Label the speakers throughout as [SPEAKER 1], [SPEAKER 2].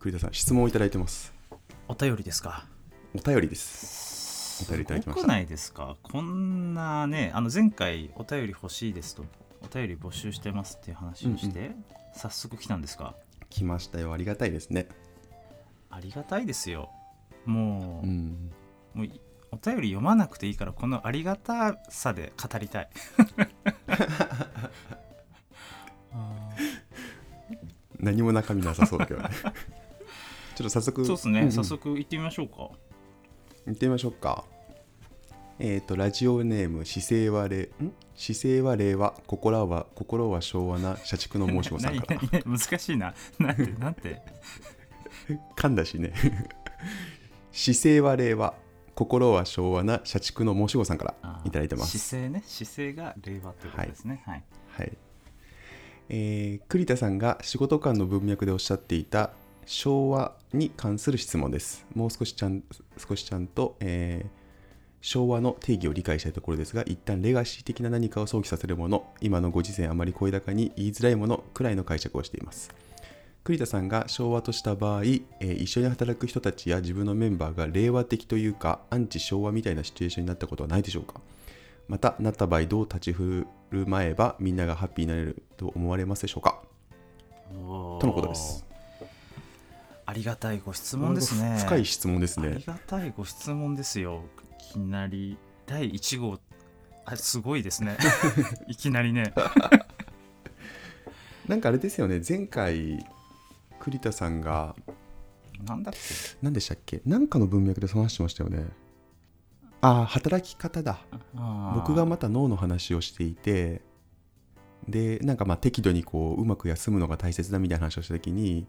[SPEAKER 1] 栗田さん質問をいただいてます
[SPEAKER 2] お便りですか
[SPEAKER 1] お便りですお便りいただきました
[SPEAKER 2] すごくないですかこんなねあの前回お便り欲しいですとお便り募集してますっていう話をして、
[SPEAKER 1] う
[SPEAKER 2] 早速来たんですか
[SPEAKER 1] 来ましたよありがたいですね
[SPEAKER 2] ありがたいですよも
[SPEAKER 1] う
[SPEAKER 2] う,、
[SPEAKER 1] ん
[SPEAKER 2] もういお便り読まなくていいからこのありがたさで語りたいあー
[SPEAKER 1] 何も中身なさそうだけど ねちょっと早速
[SPEAKER 2] そうですね、
[SPEAKER 1] んん
[SPEAKER 2] 早速行ってみましょうか
[SPEAKER 1] 行ってみましょうかえっ、とラジオネーム姿勢は令ん姿勢は令和心は心は昭和な社畜の申し子さん
[SPEAKER 2] 何
[SPEAKER 1] から
[SPEAKER 2] 何難しいななんてなんて
[SPEAKER 1] 噛んだしね 姿勢は令和心は昭和な社畜の申し子さんから
[SPEAKER 2] あー
[SPEAKER 1] いただいてます
[SPEAKER 2] 姿勢ね姿勢が令和ということですねはい、
[SPEAKER 1] はいえー栗田さんが仕事間の文脈でおっしゃっていた昭和に関する質問ですもう少しちゃん少しちゃんと、えー昭和の定義を理解したいところですが一旦レガシー的な何かを想起させるもの今のご時世あまり声高に言いづらいものくらいの解釈をしています栗田さんが昭和とした場合、えー一緒に働く人たちや自分のメンバーが令和的というかアンチ昭和みたいなシチュエーションになったことはないでしょうかまたなった場合どう立ち振る舞えばみんながハッピーになれると思われますでしょうか
[SPEAKER 2] と
[SPEAKER 1] とのことです。
[SPEAKER 2] ありがたいご質問ですね。
[SPEAKER 1] ふ深い質問です
[SPEAKER 2] あ
[SPEAKER 1] ね
[SPEAKER 2] りがたいご質問ですよ。いきなり第1号あすごいです ね。いきなりね。
[SPEAKER 1] なんかあれですよね前回栗田さんが
[SPEAKER 2] なんだっけ
[SPEAKER 1] 何でしたっけ何かの文脈でその話してましたよねああ働き方だ
[SPEAKER 2] あー
[SPEAKER 1] 僕がまた脳の話をしていてでなんかまあ適度にこううまく休むのが大切だみたいな話をした時に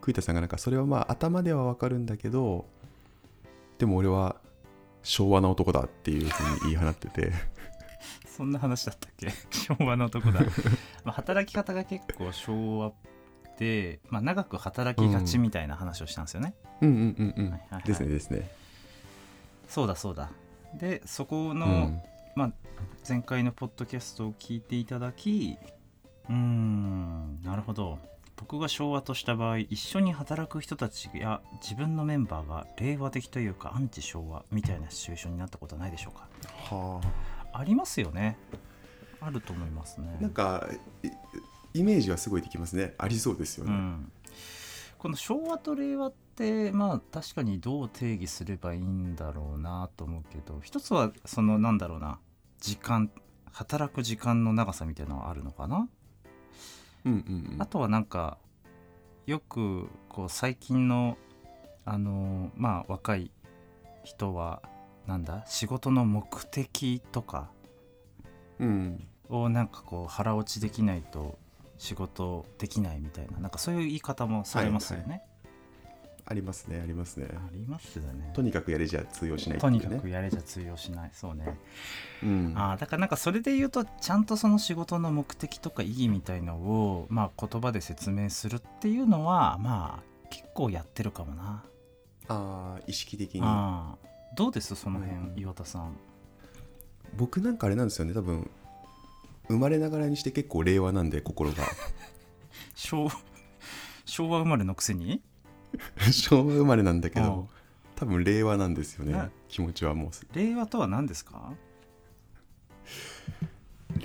[SPEAKER 1] 栗田さんがなんかそれはまあ頭ではわかるんだけどでも俺は昭和な男だっていうふうに言い放ってて
[SPEAKER 2] そんな話だったっけ 昭和のとこだ。まあ働き方が結構昭和で、まあ、長く働きがちみたいな話をしたんですよね。
[SPEAKER 1] うんうんうんうん、
[SPEAKER 2] はいはいはい
[SPEAKER 1] ですねですね
[SPEAKER 2] そうだそうだ。でそこ
[SPEAKER 1] う
[SPEAKER 2] の、
[SPEAKER 1] ん
[SPEAKER 2] 前回のポッドキャストを聞いていただきうーんなるほど僕が昭和とした場合一緒に働く人たちや自分のメンバーが令和的というかアンチ昭和みたいなシチュエーションになったことはないでしょうか
[SPEAKER 1] は
[SPEAKER 2] ありますよねあると思いますね
[SPEAKER 1] あなんかいイメージはすごいできますねありそうですよ
[SPEAKER 2] う
[SPEAKER 1] ね、
[SPEAKER 2] ん、この昭和と令和ってまあ確かにどう定義すればいいんだろうなと思うけど一つはそのなんだろうな時間働く時間の長さみたいなのはあるのかな
[SPEAKER 1] うん、うんうん
[SPEAKER 2] あとはなんかよくこう最近のあのーまあ若い人はなんだ仕事の目的とか
[SPEAKER 1] うん
[SPEAKER 2] をなんかこう腹落ちできないと仕事できないみたいななんかそういう言い方もされますよね。
[SPEAKER 1] ありますねありますね
[SPEAKER 2] ありますよね。
[SPEAKER 1] とにかくやれじゃ通用しないって
[SPEAKER 2] と
[SPEAKER 1] いう
[SPEAKER 2] に
[SPEAKER 1] ね
[SPEAKER 2] かくやれじゃ通用しないそうね。
[SPEAKER 1] うん、
[SPEAKER 2] あーだからなんかそれで言うとちゃんとその仕事の目的とか意義みたいのを、まあ、言葉で説明するっていうのはまあ結構やってるかもな。
[SPEAKER 1] あー意識的に
[SPEAKER 2] ああどうですその辺、
[SPEAKER 1] うんうん
[SPEAKER 2] 岩田さん
[SPEAKER 1] 僕なんかあれなんですよね多分生まれながらにして結構令和なんで心が
[SPEAKER 2] 昭 昭和生まれのくせに
[SPEAKER 1] 昭和生まれなんだけ
[SPEAKER 2] うん
[SPEAKER 1] ど多分令和なんですよね
[SPEAKER 2] ね
[SPEAKER 1] 気持ちはもう
[SPEAKER 2] 令和とは何ですか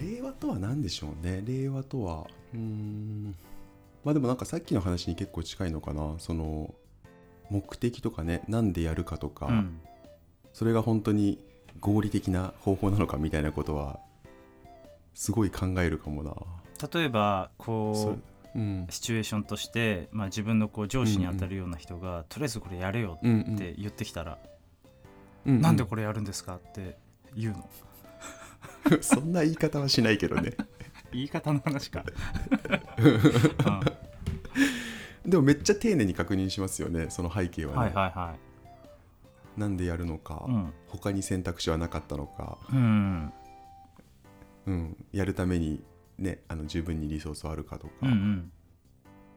[SPEAKER 1] 令和とは何でしょうね令和とはうーんまあでもなんかさっきの話に結構近いのかなその目的とかねなんでやるかとか、
[SPEAKER 2] うん
[SPEAKER 1] それが本当に合理的な方法なのかみたいなことはすごい考えるかもな
[SPEAKER 2] 例えば
[SPEAKER 1] そ
[SPEAKER 2] こ
[SPEAKER 1] ううん
[SPEAKER 2] うシチュエーションとして、まあ、自分のこう上司に当たるような人が、とりあえずこれやれよ
[SPEAKER 1] うんうん
[SPEAKER 2] って言ってきたら、
[SPEAKER 1] うんうん
[SPEAKER 2] なんでこれやるんですかって言う の
[SPEAKER 1] そんな言い方はしないけどね
[SPEAKER 2] 言い方の話 か、う
[SPEAKER 1] でもめっちゃ丁寧に確認しますよねその背景は
[SPEAKER 2] ん
[SPEAKER 1] ね、
[SPEAKER 2] はいはいは
[SPEAKER 1] なんでやるのか、
[SPEAKER 2] いうん、
[SPEAKER 1] 他に選択肢はなかったのか、
[SPEAKER 2] うん、
[SPEAKER 1] うん、やるために、ね、あの十分にリソースはあるかとか、
[SPEAKER 2] うんうん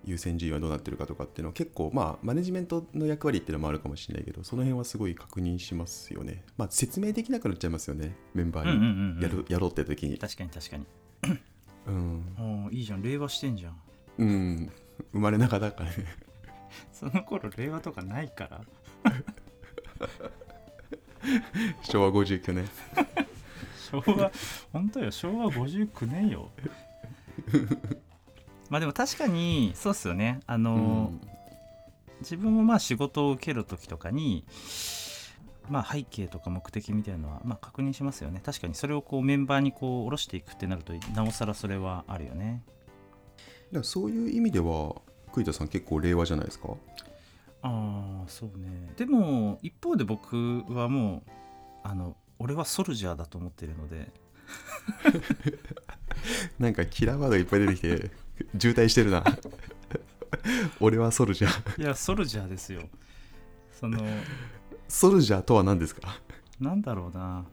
[SPEAKER 1] 優先順位はどうなってるかとかっていうのは結構まあマネジメントの役割っていうのもあるかもしれないけどその辺はすごい確認しますよね、まあ、説明できなくなっちゃいますよねメンバ
[SPEAKER 2] うんう
[SPEAKER 1] ーに
[SPEAKER 2] んうん
[SPEAKER 1] やる、やろうって時に、
[SPEAKER 2] 確かに確かに
[SPEAKER 1] うん
[SPEAKER 2] おーいいじゃん令和してんじゃん
[SPEAKER 1] うん、生まれながらだからね
[SPEAKER 2] そその頃令和とかないから
[SPEAKER 1] 昭和59年
[SPEAKER 2] 昭和本当よ昭和59年 よまあでも確かにそうっすよねあ
[SPEAKER 1] う
[SPEAKER 2] の、
[SPEAKER 1] ん
[SPEAKER 2] 自分もまあ仕事を受ける時とかにまあ背景とか目的みたいなのはまあ確認しますよね確かにそれをこうメンバーにこう下ろしていくってなるとなおさらそれはあるよね
[SPEAKER 1] でもそういう意味では栗田さん結構令和じゃないですか
[SPEAKER 2] ああそうねでも一方で僕はもうあの俺はソルジャーだと思ってるので
[SPEAKER 1] なんかキラーワードいっぱい出てきて 渋滞してるな 俺はソルジャー
[SPEAKER 2] いやソルジャーですよその
[SPEAKER 1] ソルジャーとは何ですか
[SPEAKER 2] なんだろうな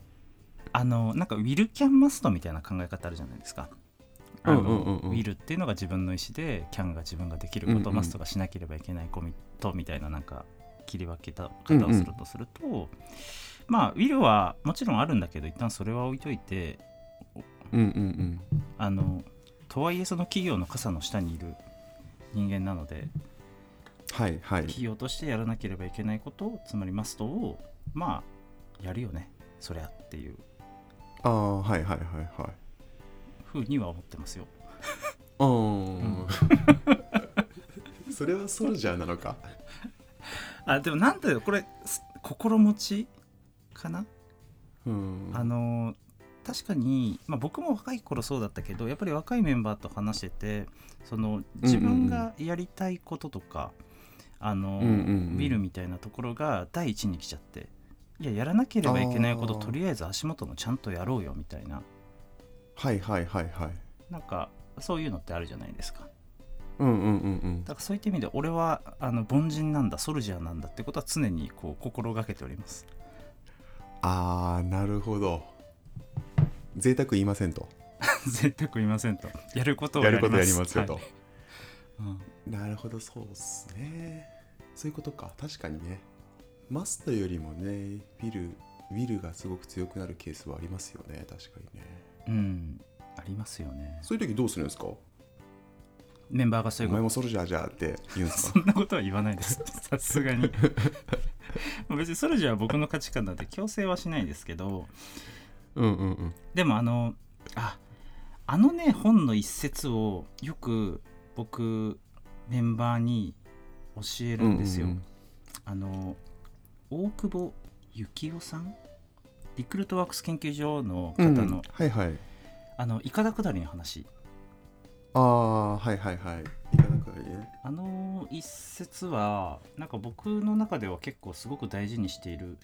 [SPEAKER 2] あのなんかウィル・キャン・マストみたいな考え方あるじゃないですか。あの
[SPEAKER 1] うんうんうんうん
[SPEAKER 2] ウィルっていうのが自分の意思でキャンが自分ができること、
[SPEAKER 1] うんうん
[SPEAKER 2] マストがしなければいけないコミットみたいななんか切り分けた方をするとすると、まあウィルはもちろんあるんだけど一旦それは置いといて
[SPEAKER 1] うんうん
[SPEAKER 2] あのとはいえその企業の傘の下にいる人間なので
[SPEAKER 1] はいはい
[SPEAKER 2] 企業としてやらなければいけないことをつまりマストをまあやるよねそりゃっていう
[SPEAKER 1] ああはいはいはいはい
[SPEAKER 2] ふうには思ってますよ。
[SPEAKER 1] あー それはソルジャーなのか
[SPEAKER 2] あでもなんだよこれす心持ちかな、
[SPEAKER 1] うん
[SPEAKER 2] あのー確かに、まあ、僕も若い頃そうだったけどやっぱり若いメンバーと話しててその自分がやりたいこととか、あの
[SPEAKER 1] う
[SPEAKER 2] ー
[SPEAKER 1] んうんうん
[SPEAKER 2] 見るみたいなところが第一に来ちゃっていややらなければいけないこと
[SPEAKER 1] あー
[SPEAKER 2] とりあえず足元のちゃんとやろうよみたいな
[SPEAKER 1] はいはいはいはい
[SPEAKER 2] なんかそういうのってあるじゃないですか
[SPEAKER 1] うんうんうんうん
[SPEAKER 2] だからそういった意味で俺はあの凡人なんだソルジャーなんだってことは常にこう心がけております
[SPEAKER 1] ああなるほど贅沢言いませんと
[SPEAKER 2] 贅沢言いませんとやることを
[SPEAKER 1] やることやりますよと、
[SPEAKER 2] はいうん
[SPEAKER 1] なるほどそうっすねそういうことか確かにねマストよりもねウィルウィルがすごく強くなるケースはありますよね確かにね
[SPEAKER 2] うんありますよね
[SPEAKER 1] そういう時どうするんですか
[SPEAKER 2] メンバーがそ
[SPEAKER 1] お
[SPEAKER 2] ういうこ
[SPEAKER 1] 前
[SPEAKER 2] と
[SPEAKER 1] もソルジャーじゃー って言うんです
[SPEAKER 2] そ
[SPEAKER 1] か
[SPEAKER 2] んなことは言わないです さすがに別にソルジャーは僕の価値観なんで強制はしないですけど
[SPEAKER 1] うんうんうん
[SPEAKER 2] でもあのああのね本の一節をよく僕メンバーに教えるんですよ、あの大久保幸男さんリクルートワークス研究所の
[SPEAKER 1] う
[SPEAKER 2] 方
[SPEAKER 1] ん
[SPEAKER 2] の、
[SPEAKER 1] はいはい
[SPEAKER 2] あのいかだくだりの話
[SPEAKER 1] ああはいはいはいいかなくはいいね
[SPEAKER 2] あの一節はなんか僕の中では結構すごく大事にしている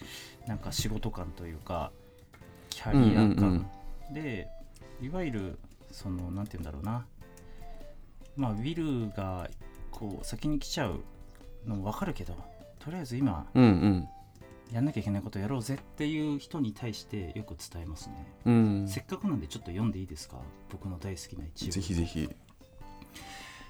[SPEAKER 2] なんか仕事感というかキャリア感で、いわゆるそのなんて言うんだろうなまあウィルがこう先に来ちゃうのも分かるけどとりあえず今
[SPEAKER 1] うんうん
[SPEAKER 2] やんなきゃいけないことやろうぜっていう人に対してよく伝えますね、
[SPEAKER 1] うん
[SPEAKER 2] せっかくなんでちょっと読んでいいですか僕の大好きな一部
[SPEAKER 1] ぜひぜひ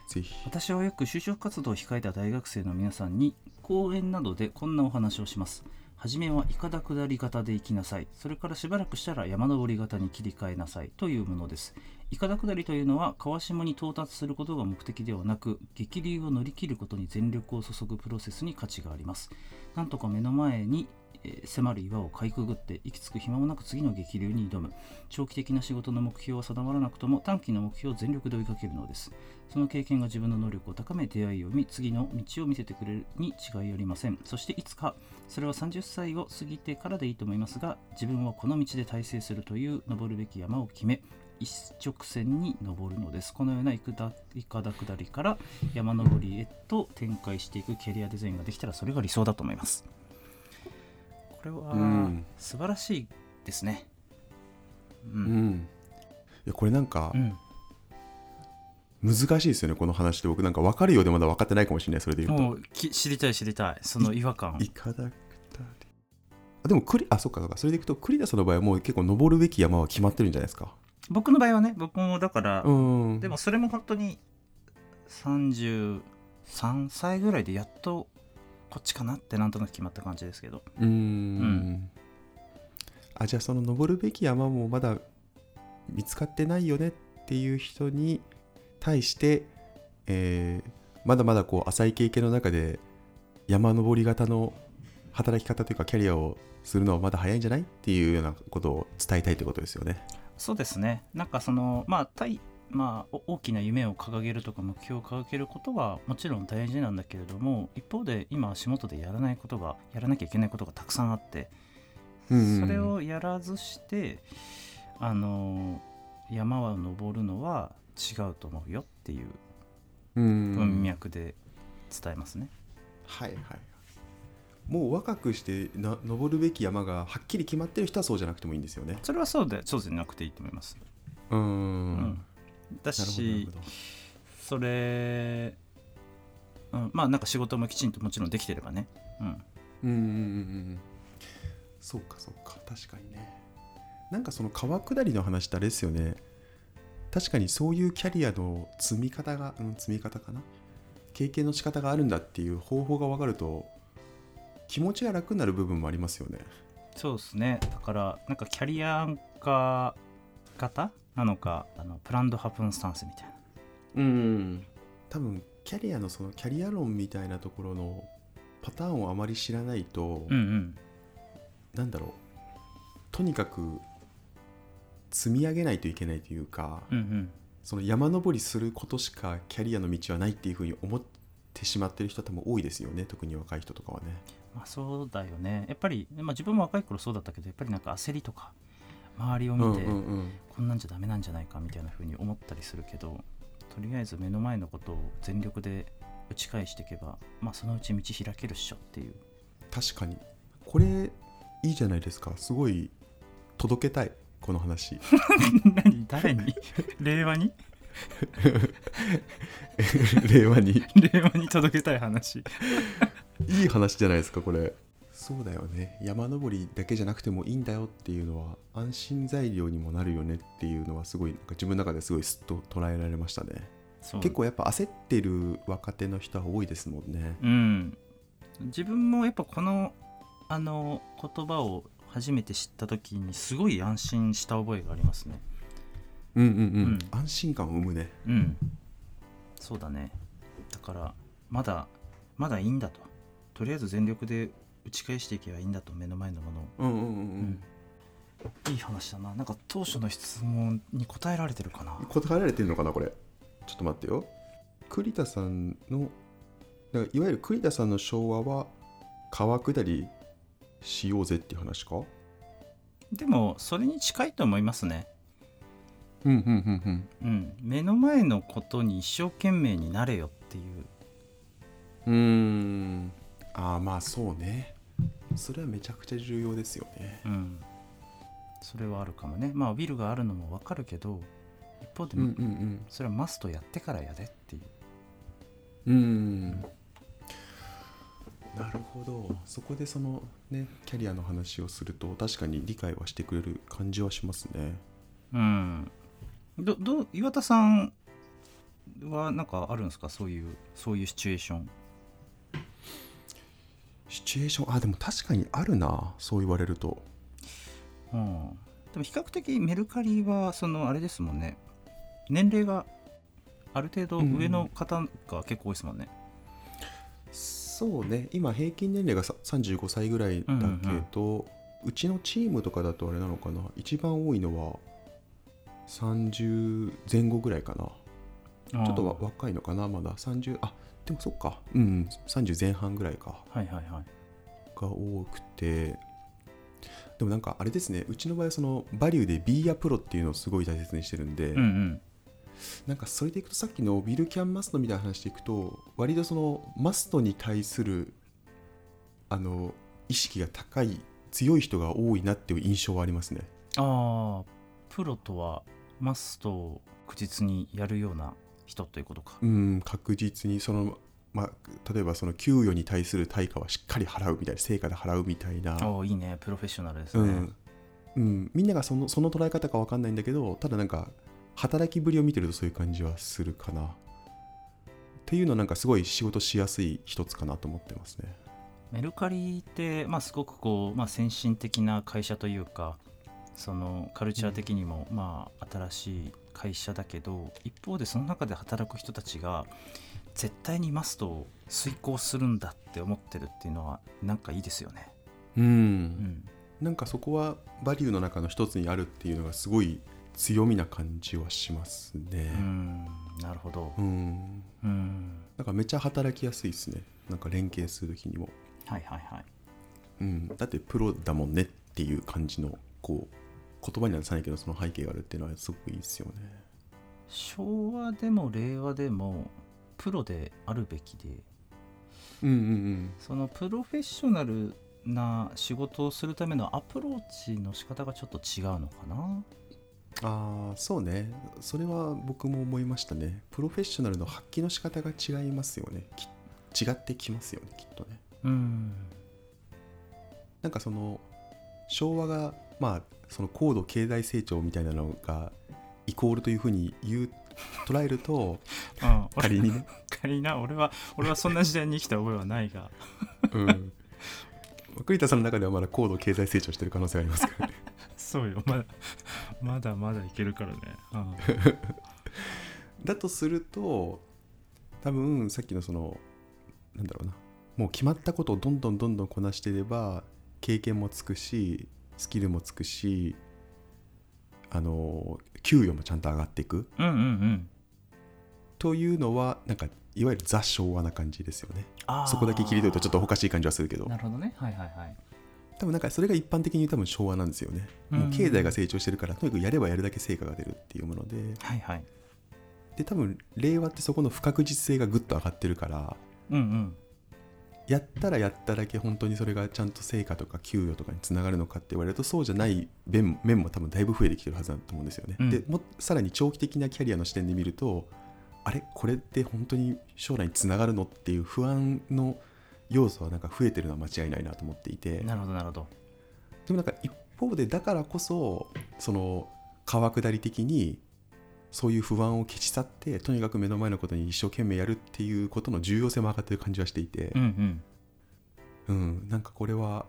[SPEAKER 1] ぜひ
[SPEAKER 2] 私はよく就職活動を控えた大学生の皆さんに講演などでこんなお話をしますはじめはいかだ下り型で行きなさいそれからしばらくしたら山登り型に切り替えなさいというものですいかだ下りというのは川下に到達することが目的ではなく激流を乗り切ることに全力を注ぐプロセスに価値がありますなんとか目の前にえー迫る岩をかいくぐって息つく暇もなく次の激流に挑む長期的な仕事の目標は定まらなくとも短期の目標を全力で追いかけるのですその経験が自分の能力を高め出会いを見次の道を見せてくれるに違いありませんそしていつかそれは30歳を過ぎてからでいいと思いますが自分はこの道で大成するという登るべき山を決め一直線に登るのですこのようないくだいかだ下りから山登りへと展開していくキャリアデザインができたらそれが理想だと思いますこれは
[SPEAKER 1] うん
[SPEAKER 2] 素晴らしいですねう
[SPEAKER 1] うんんいやこれなんか
[SPEAKER 2] うん
[SPEAKER 1] 難しいですよねこの話って僕なんか分かるようでまだ分かってないかもしれないそれで言うと
[SPEAKER 2] もうき知りたい知りたいその違和感
[SPEAKER 1] いかだくたりあでも栗あそっかそっかそれでいくと栗田さんの場合はもう結構登るべき山は決まってるんじゃないですか
[SPEAKER 2] 僕の場合はね僕もだから、
[SPEAKER 1] うん
[SPEAKER 2] でもそれも本当に33歳ぐらいでやっとこっちかなってなんとなく決まった感じですけど
[SPEAKER 1] うーんあじゃあその登るべき山もまだ見つかってないよねっていう人に対して、えーまだまだこう浅い経験の中で山登り型の働き方というかキャリアをするのはまだ早いんじゃないっていうようなことを伝えたいってことですよね。
[SPEAKER 2] そうですねなんかそのまあ対まあ、お大きな夢を掲げるとか目標を掲げることはもちろん大事なんだけれども一方で今足元でやらないことがやらなきゃいけないことがたくさんあって
[SPEAKER 1] うんうんうん
[SPEAKER 2] それをやらずしてあの山は登るのは違うと思うよっていう文
[SPEAKER 1] 文
[SPEAKER 2] 脈で伝えますね。
[SPEAKER 1] はいはいもう若くしてな登るべき山がはっきり決まってる人はそうじゃなくてもいいんですよね
[SPEAKER 2] それはそうでそうじゃなくていいと思います。
[SPEAKER 1] うーん
[SPEAKER 2] うん、だ
[SPEAKER 1] なるほどなる
[SPEAKER 2] し
[SPEAKER 1] ほど
[SPEAKER 2] それ、うん、まあなんか仕事もきちんともちろんできてればね、うん、
[SPEAKER 1] うんうんうんうんそうかそうか確かにねなんかその川下りの話ってあれですよね確かにそういうキャリアの積み方が、うん、積み方かな経験の仕方があるんだっていう方法が分かると気持ちが楽になる部分もありますよね
[SPEAKER 2] そうですねだからなんかキャリアアンカー型なのかあのプランドハプンスタンスみたいな
[SPEAKER 1] うん多分キャリアのそのキャリア論みたいなところのパターンをあまり知らないと、
[SPEAKER 2] うんうん
[SPEAKER 1] なんだろうとにかく積み上げないといけないというか、
[SPEAKER 2] うんうん
[SPEAKER 1] その山登りすることしかキャリアの道はないっていうふうに思ってしまってる人多分多いですよね特に若い人とかはね。
[SPEAKER 2] まあそうだよねやっぱり、まあ、自分も若い頃そうだったけどやっぱりなんか焦りとか周りを見て、
[SPEAKER 1] うんうんうん
[SPEAKER 2] こんなんじゃダメなんじゃないかみたいな風に思ったりするけどとりあえず目の前のことを全力で打ち返していけば、まあ、そのうち道開けるっしょって いう
[SPEAKER 1] 確かにこれいいじゃないですかすごい届けたいこの話。
[SPEAKER 2] 何誰に令和に
[SPEAKER 1] 令和に。
[SPEAKER 2] 令和に届けたい話
[SPEAKER 1] いい話じゃないですかこれそうだよね山登りだけじゃなくてもいいんだよっていうのは安心材料にもなるよねっていうのはすごいなんか自分の中ですごいすっと捉えられましたね
[SPEAKER 2] そう
[SPEAKER 1] 結構やっぱ焦ってる若手の人は多いですもんね
[SPEAKER 2] うん自分もやっぱこのあの言葉を初めて知った時にすごい安心した覚えがありますね
[SPEAKER 1] うんうんうん、
[SPEAKER 2] うん
[SPEAKER 1] 安心感を生むね
[SPEAKER 2] うんそうだねだからまだまだいいんだととりあえず全力で打ち返していけばいいんだと目の前のものを
[SPEAKER 1] うんうんう
[SPEAKER 2] いい話だななんか当初の質問に答えられてるかな
[SPEAKER 1] 答えられてるのかなこれちょっと待ってよ栗田さんのだからいわゆる栗田さんの昭和は川下りしようぜっていう話か
[SPEAKER 2] でもそれに近いと思いますね
[SPEAKER 1] うんうんうんうん
[SPEAKER 2] うん目の前のことに一生懸命になれよっていう
[SPEAKER 1] うーんああまあそうねそれはめちゃくちゃ重要ですよね
[SPEAKER 2] うん、それはあるかもねまあウィルがあるのもわかるけど一方で、
[SPEAKER 1] ん
[SPEAKER 2] それはマストやってからやでっていう
[SPEAKER 1] うんうんなるほどそこでそのねキャリアの話をすると確かに理解はしてくれる感じはしますね
[SPEAKER 2] うんどどう岩田さんはなんかあるんですかそういうそういうシチュエーション
[SPEAKER 1] シチュエーションあでも確かにあるなそう言われると
[SPEAKER 2] うんでも比較的メルカリはそのあれですもんね年齢がある程度上の方が結構多いですもんね、
[SPEAKER 1] そうね今平均年齢がさ35歳ぐらいだけど、うちのチームとかだとあれなのかな一番多いのは30前後ぐらいかな
[SPEAKER 2] うん
[SPEAKER 1] ちょっとわ若いのかな、まだ30、あでもそっか、うん、30前半ぐらいか、
[SPEAKER 2] はいはいはい
[SPEAKER 1] が多くて、でもなんかあれですね、うちの場合はそのバリューで B やプロっていうのをすごい大切にしてるんで、
[SPEAKER 2] うんうん
[SPEAKER 1] なんかそれでいくとさっきのビルキャンマストみたいな話でいくと、割とそのマストに対するあの意識が高い、強い人が多いなっていう印象はありますね。
[SPEAKER 2] ああプロとはマストを確実にやるような人ということか
[SPEAKER 1] うん、確実にその、まあ、例えばその給与に対する対価はしっかり払うみたいな、成果で払うみたいな。
[SPEAKER 2] おおいいねプロフェッショナルです
[SPEAKER 1] う
[SPEAKER 2] ね、
[SPEAKER 1] んうん、みんながそのその捉え方か分かんないんだけどただなんか働きぶりを見てるとそういう感じはするかなっていうのはなんかすごい仕事しやすい一つかなと思ってますね
[SPEAKER 2] メルカリって、まあ、すごくこう、まあ、先進的な会社というかそのカルチャー的にも、まあ、新しい会社だけど一方でその中で働く人たちが絶対にマストを遂行するんだって思ってるっていうのはなんかいいですよね。
[SPEAKER 1] うん、
[SPEAKER 2] うん、
[SPEAKER 1] なんかそこはバリューの中の一つにあるっていうのがすごい強みな感じはします
[SPEAKER 2] う
[SPEAKER 1] ね
[SPEAKER 2] ん、なるほど
[SPEAKER 1] う。ん、
[SPEAKER 2] うん、
[SPEAKER 1] なんかめっちゃ働きやすいですねなんか連携する時にも、
[SPEAKER 2] はいはいはい。
[SPEAKER 1] うん、だってプロだもんねっていう感じのこう言葉には出さないけどその背景があるっていうのはすごくいいですよね
[SPEAKER 2] 昭和でも令和でもプロであるべきで
[SPEAKER 1] うんうん
[SPEAKER 2] そのプロフェッショナルな仕事をするためのアプローチの仕方がちょっと違うのか
[SPEAKER 1] う
[SPEAKER 2] な
[SPEAKER 1] んああそうねそれは僕も思いましたねプロフェッショナルの発揮の仕方が違いますよねき違ってきますよねきっとね
[SPEAKER 2] うん
[SPEAKER 1] なんかその昭和がまあその高度経済成長みたいなのがイコールというふうに言う捉える と
[SPEAKER 2] あ俺
[SPEAKER 1] 仮にね、
[SPEAKER 2] 仮にな俺は俺はそんな時代に生きた覚えはないが
[SPEAKER 1] うん、 栗田さんの中ではまだ高度経済成長してる可能性がありますからね
[SPEAKER 2] そうよまだまだまだいけるからね、
[SPEAKER 1] だとすると多分さっきのそのなんだろうなもう決まったことをどんどんどんどんこなしていれば経験もつくしスキルもつくしあの給与もちゃんと上がっていく
[SPEAKER 2] うん、うんうんうん
[SPEAKER 1] というのはなんかいわゆるザ昭和な感じですよね
[SPEAKER 2] あー
[SPEAKER 1] そこだけ切り取るとちょっとおかしい感じはするけど
[SPEAKER 2] なるほどねはいはいはい
[SPEAKER 1] 多分なんかそれが一般的に多分昭和なんですよね
[SPEAKER 2] うん
[SPEAKER 1] もう経済が成長してるからとにかくやればやるだけ成果が出るっていうもので
[SPEAKER 2] はいはい
[SPEAKER 1] で多分令和ってそこの不確実性がぐっと上がってるから
[SPEAKER 2] うんうん
[SPEAKER 1] やったらやっただけ本当にそれがちゃんと成果とか給与とかにつながるのかって言われるとそうじゃない面面も多分だいぶ増えてきてるはずだと思うんですよね。
[SPEAKER 2] うん
[SPEAKER 1] でもさらに長期的なキャリアの視点で見るとあれこれって本当に将来につながるのっていう不安の要素はなんか増えてるのは間違いないなと思っていてで
[SPEAKER 2] なるほどなるほど
[SPEAKER 1] もなんか一方でだからこそその川下り的にそういう不安を消し去ってとにかく目の前のことに一生懸命やるっていうことの重要性も上がってる感じはしていて。
[SPEAKER 2] うん
[SPEAKER 1] う
[SPEAKER 2] うん
[SPEAKER 1] ん、なんかこれは、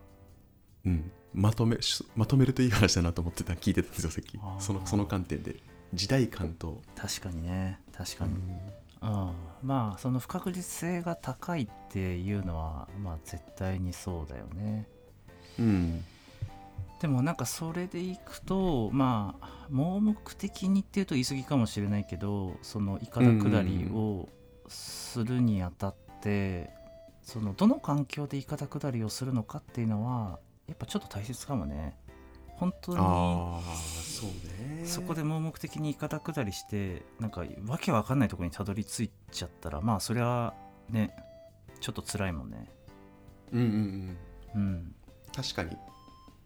[SPEAKER 1] うん、まとめしまとめるといい話だなと思ってた聞いてたんですよさっき
[SPEAKER 2] あー
[SPEAKER 1] そのその観点で時代感と、
[SPEAKER 2] 確かにね確かに、
[SPEAKER 1] うん
[SPEAKER 2] うん、まあその不確実性が高いっていうのはまあ絶対にそうだよね
[SPEAKER 1] うん
[SPEAKER 2] でもなんかそれでいくとまあ盲目的にっていうと言い過ぎかもしれないけどそのいかだ下りをするにあたって、そのどの環境でいかだ下りをするのかっていうのはやっぱちょっと大切かもね本当に
[SPEAKER 1] ああそうね
[SPEAKER 2] そこで盲目的にいかだ下りしてなんかわけわかんないところにたどり着いちゃったらまあそれはねちょっと辛いもんね
[SPEAKER 1] うんうんうん
[SPEAKER 2] うん
[SPEAKER 1] 確かに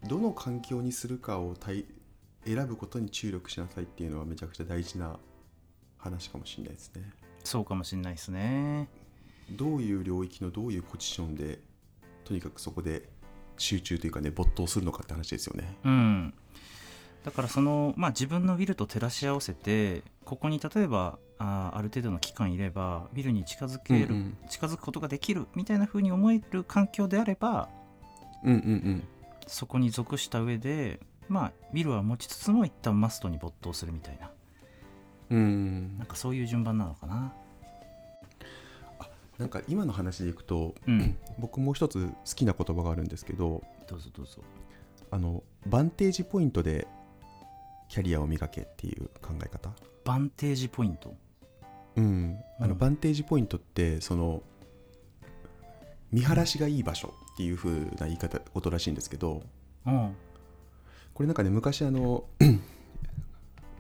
[SPEAKER 1] どの環境にするかを対選ぶことに注力しなさいっていうのはめちゃくちゃ大事な話かもしれないですね
[SPEAKER 2] そうかもしれないですね
[SPEAKER 1] どういう領域のどういうポジションでとにかくそこで集中というかね没頭するのかって話ですよね
[SPEAKER 2] うんだからそのまあ自分のビルと照らし合わせてここに例えばあーある程度の期間いればビルに近づけ
[SPEAKER 1] う
[SPEAKER 2] る、
[SPEAKER 1] んうん
[SPEAKER 2] 近づくことができるみたいな風に思える環境であれば
[SPEAKER 1] うんうんうん
[SPEAKER 2] そこに属した上でまあビルは持ちつつも一旦マストに没頭するみたいな
[SPEAKER 1] うん
[SPEAKER 2] なんかそういう順番なのかな
[SPEAKER 1] なんか今の話でいくと
[SPEAKER 2] うん
[SPEAKER 1] 僕もう一つ好きな言葉があるんですけど
[SPEAKER 2] どうぞどうぞ
[SPEAKER 1] あのバンテージポイントでキャリアを磨けっていう考え方
[SPEAKER 2] バンテージポイント
[SPEAKER 1] うんあの
[SPEAKER 2] うん
[SPEAKER 1] バンテージポイントってその見晴らしがいい場所っていう風な言い方ことらしいんですけど
[SPEAKER 2] うん
[SPEAKER 1] これなんかね昔あ の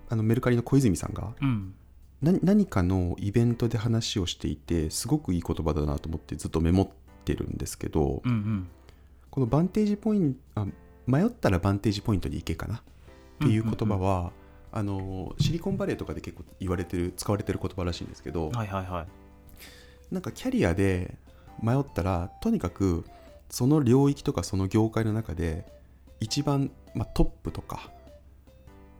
[SPEAKER 1] あのメルカリの小泉さんが
[SPEAKER 2] うん
[SPEAKER 1] 何何かのイベントで話をしていてすごくいい言葉だなと思ってずっとメモってるんですけど、
[SPEAKER 2] うんうん
[SPEAKER 1] このバンテージポイントあ迷ったらバンテージポイントに行けかなっていう言葉は、あのシリコンバレーとかで結構言われてる使われてる言葉らしいんですけど、
[SPEAKER 2] はいはいはい
[SPEAKER 1] なんかキャリアで迷ったらとにかくその領域とかその業界の中で一番、まあ、トップとか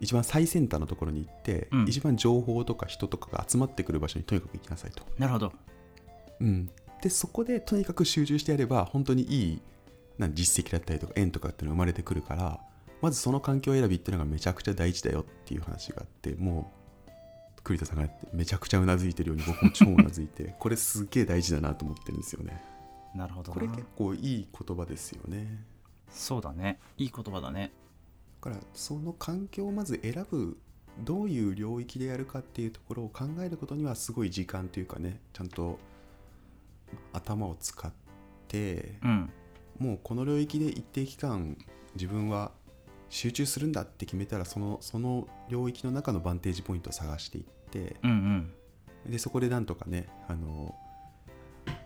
[SPEAKER 1] 一番最先端のところに行って、
[SPEAKER 2] うん
[SPEAKER 1] 一番情報とか人とかが集まってくる場所にとにかく行きなさいと。
[SPEAKER 2] なるほど
[SPEAKER 1] うん、でそこでとにかく集中してやれば本当にいいなん実績だったりとか縁とかっていうのが生まれてくるからまずその環境選びっていうのがめちゃくちゃ大事だよっていう話があってもう栗田さんがやってめちゃくちゃうなずいてるように僕も超うなずいて これすげえ大事だなと思ってるんですよね
[SPEAKER 2] なるほど
[SPEAKER 1] こ
[SPEAKER 2] な
[SPEAKER 1] れ結構いい言葉ですよね
[SPEAKER 2] そうだねいい言葉だね
[SPEAKER 1] だからその環境をまず選ぶどういう領域でやるかっていうところを考えることにはすごい時間というかねちゃんと頭を使って
[SPEAKER 2] うん
[SPEAKER 1] もうこの領域で一定期間自分は集中するんだって決めたらそのその領域の中のバンテージポイントを探していって
[SPEAKER 2] うんうん
[SPEAKER 1] でそこでなんとかねあの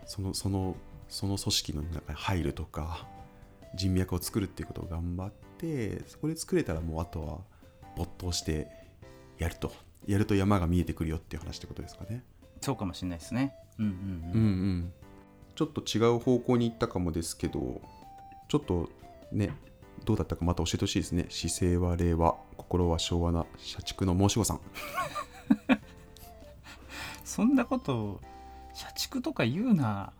[SPEAKER 1] そのそのその組織の中に入るとか人脈を作るっていうことを頑張ってそこで作れたらもうあとは没頭してやるとやると山が見えてくるよっていう話ってことですかね。
[SPEAKER 2] そうかもしれないですねうんうん
[SPEAKER 1] う
[SPEAKER 2] うんん、
[SPEAKER 1] うん、ちょっと違う方向に行ったかもですけどちょっとねどうだったかまた教えてほしいですね姿勢は令和心は昭和な社畜の申し子さん
[SPEAKER 2] そんなこと社畜とか言 うな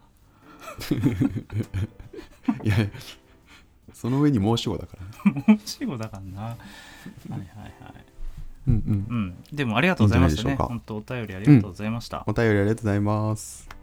[SPEAKER 2] い
[SPEAKER 1] やその上に申し子だからね
[SPEAKER 2] 申し子だからなはいはいはい
[SPEAKER 1] うんうん
[SPEAKER 2] うんでもありがとうございました
[SPEAKER 1] いい
[SPEAKER 2] ね
[SPEAKER 1] んじゃないでしょうか
[SPEAKER 2] 本当お便りありがとうございました、
[SPEAKER 1] お便りありがとうございます